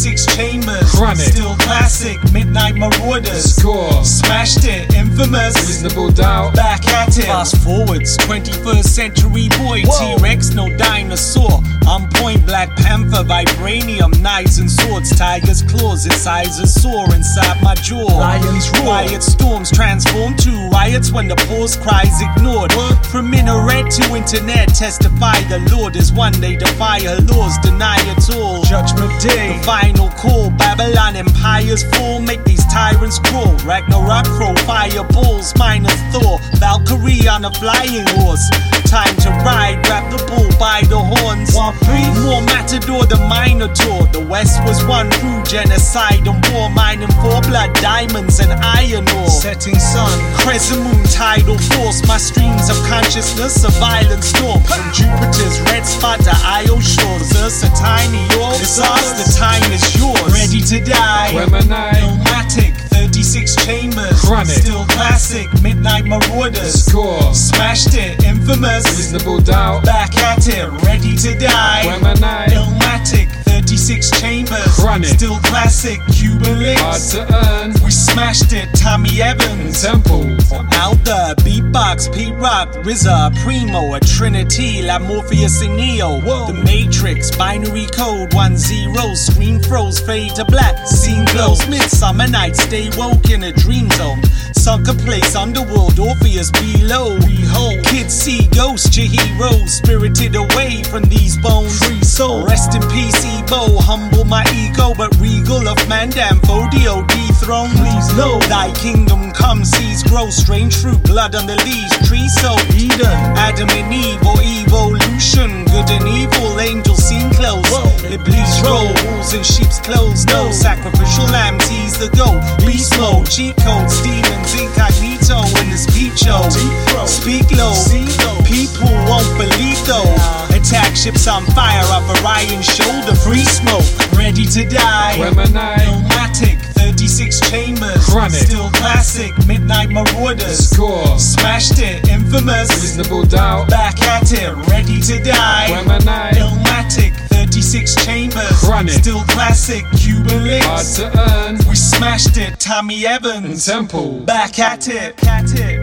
Tamers, Chronic. still classic, Midnight Marauders, Score. smashed it, infamous, Reasonable doubt. back at it, fast forwards, 21st century boy, Whoa. T-Rex, no dinosaur, on point, Black Panther, vibranium, knives and swords, tiger's claws, incisors soar inside my jaw, Lions roar. quiet storms transform to riots when the pause cries ignored, from minaret to internet, testify the Lord is one, they defy her laws, deny it all, Judgment the Day. final call, Babylon empires fall, make these tyrants crawl. Ragnarok crow, fireballs, minor Thor, Valkyrie on a flying horse. Time to ride, grab the bull by the horns. More matador than Minotaur. The West was one through genocide and war, mining for blood, diamonds, and iron ore. Setting sun. Crescent moon tidal force, my streams of consciousness, a violent storm. From Jupiter's red spot to Io shores, us a tiny orb. It's ours, the time is yours. Ready to die. Gemini. Pneumatic, 36 chambers. Chronic. Still classic, Midnight Marauders. Score. Smashed it, infamous. Reasonable doubt. Back at it, ready to die. Gemini. Illmatic, 36 chambers. Chronic. Still classic, Cuban Hard links. to earn. We smashed it, Tommy Evans. Temple. Out the beatbox, P Rock, RZA, Primo, a Trinity, La Morpheus and Neo. The Matrix, binary code, one zero, screen froze, fade to black, scene glows, midsummer night, stay woke in a dream zone. Sucker place, underworld, Orpheus below. Behold, kids see ghosts, your heroes, spirited away from these bones. Free soul, rest in peace, Ebo. Humble my ego, but regal of Mandam, Fodio, dethroned. Please know thy kingdom come, seas grow, strange fruit, blood on the leaves, trees so Eden, Adam and Eve, or evolution, good and evil, angels seen close. Iblis roll, wolves in sheep's clothes, no sacrificial lamb, tease the goat, beast mode, cheat codes, demons incognito in this peep show. Speak low, people won't believe though. Attack ships on fire off Orion's shoulder, free smoke, ready to die. Gemini. Nomadic, 36 chambers. Chronic. Still classic, Midnight Marauders. Score. Smashed it, infamous. Reasonable doubt. Back at it, ready to die. Gemini. Illmatic, 36 chambers. Chronic. Still classic, Cuban Hard links. to earn. We smashed it, Tommy Evans. Temple. Back at it, at it.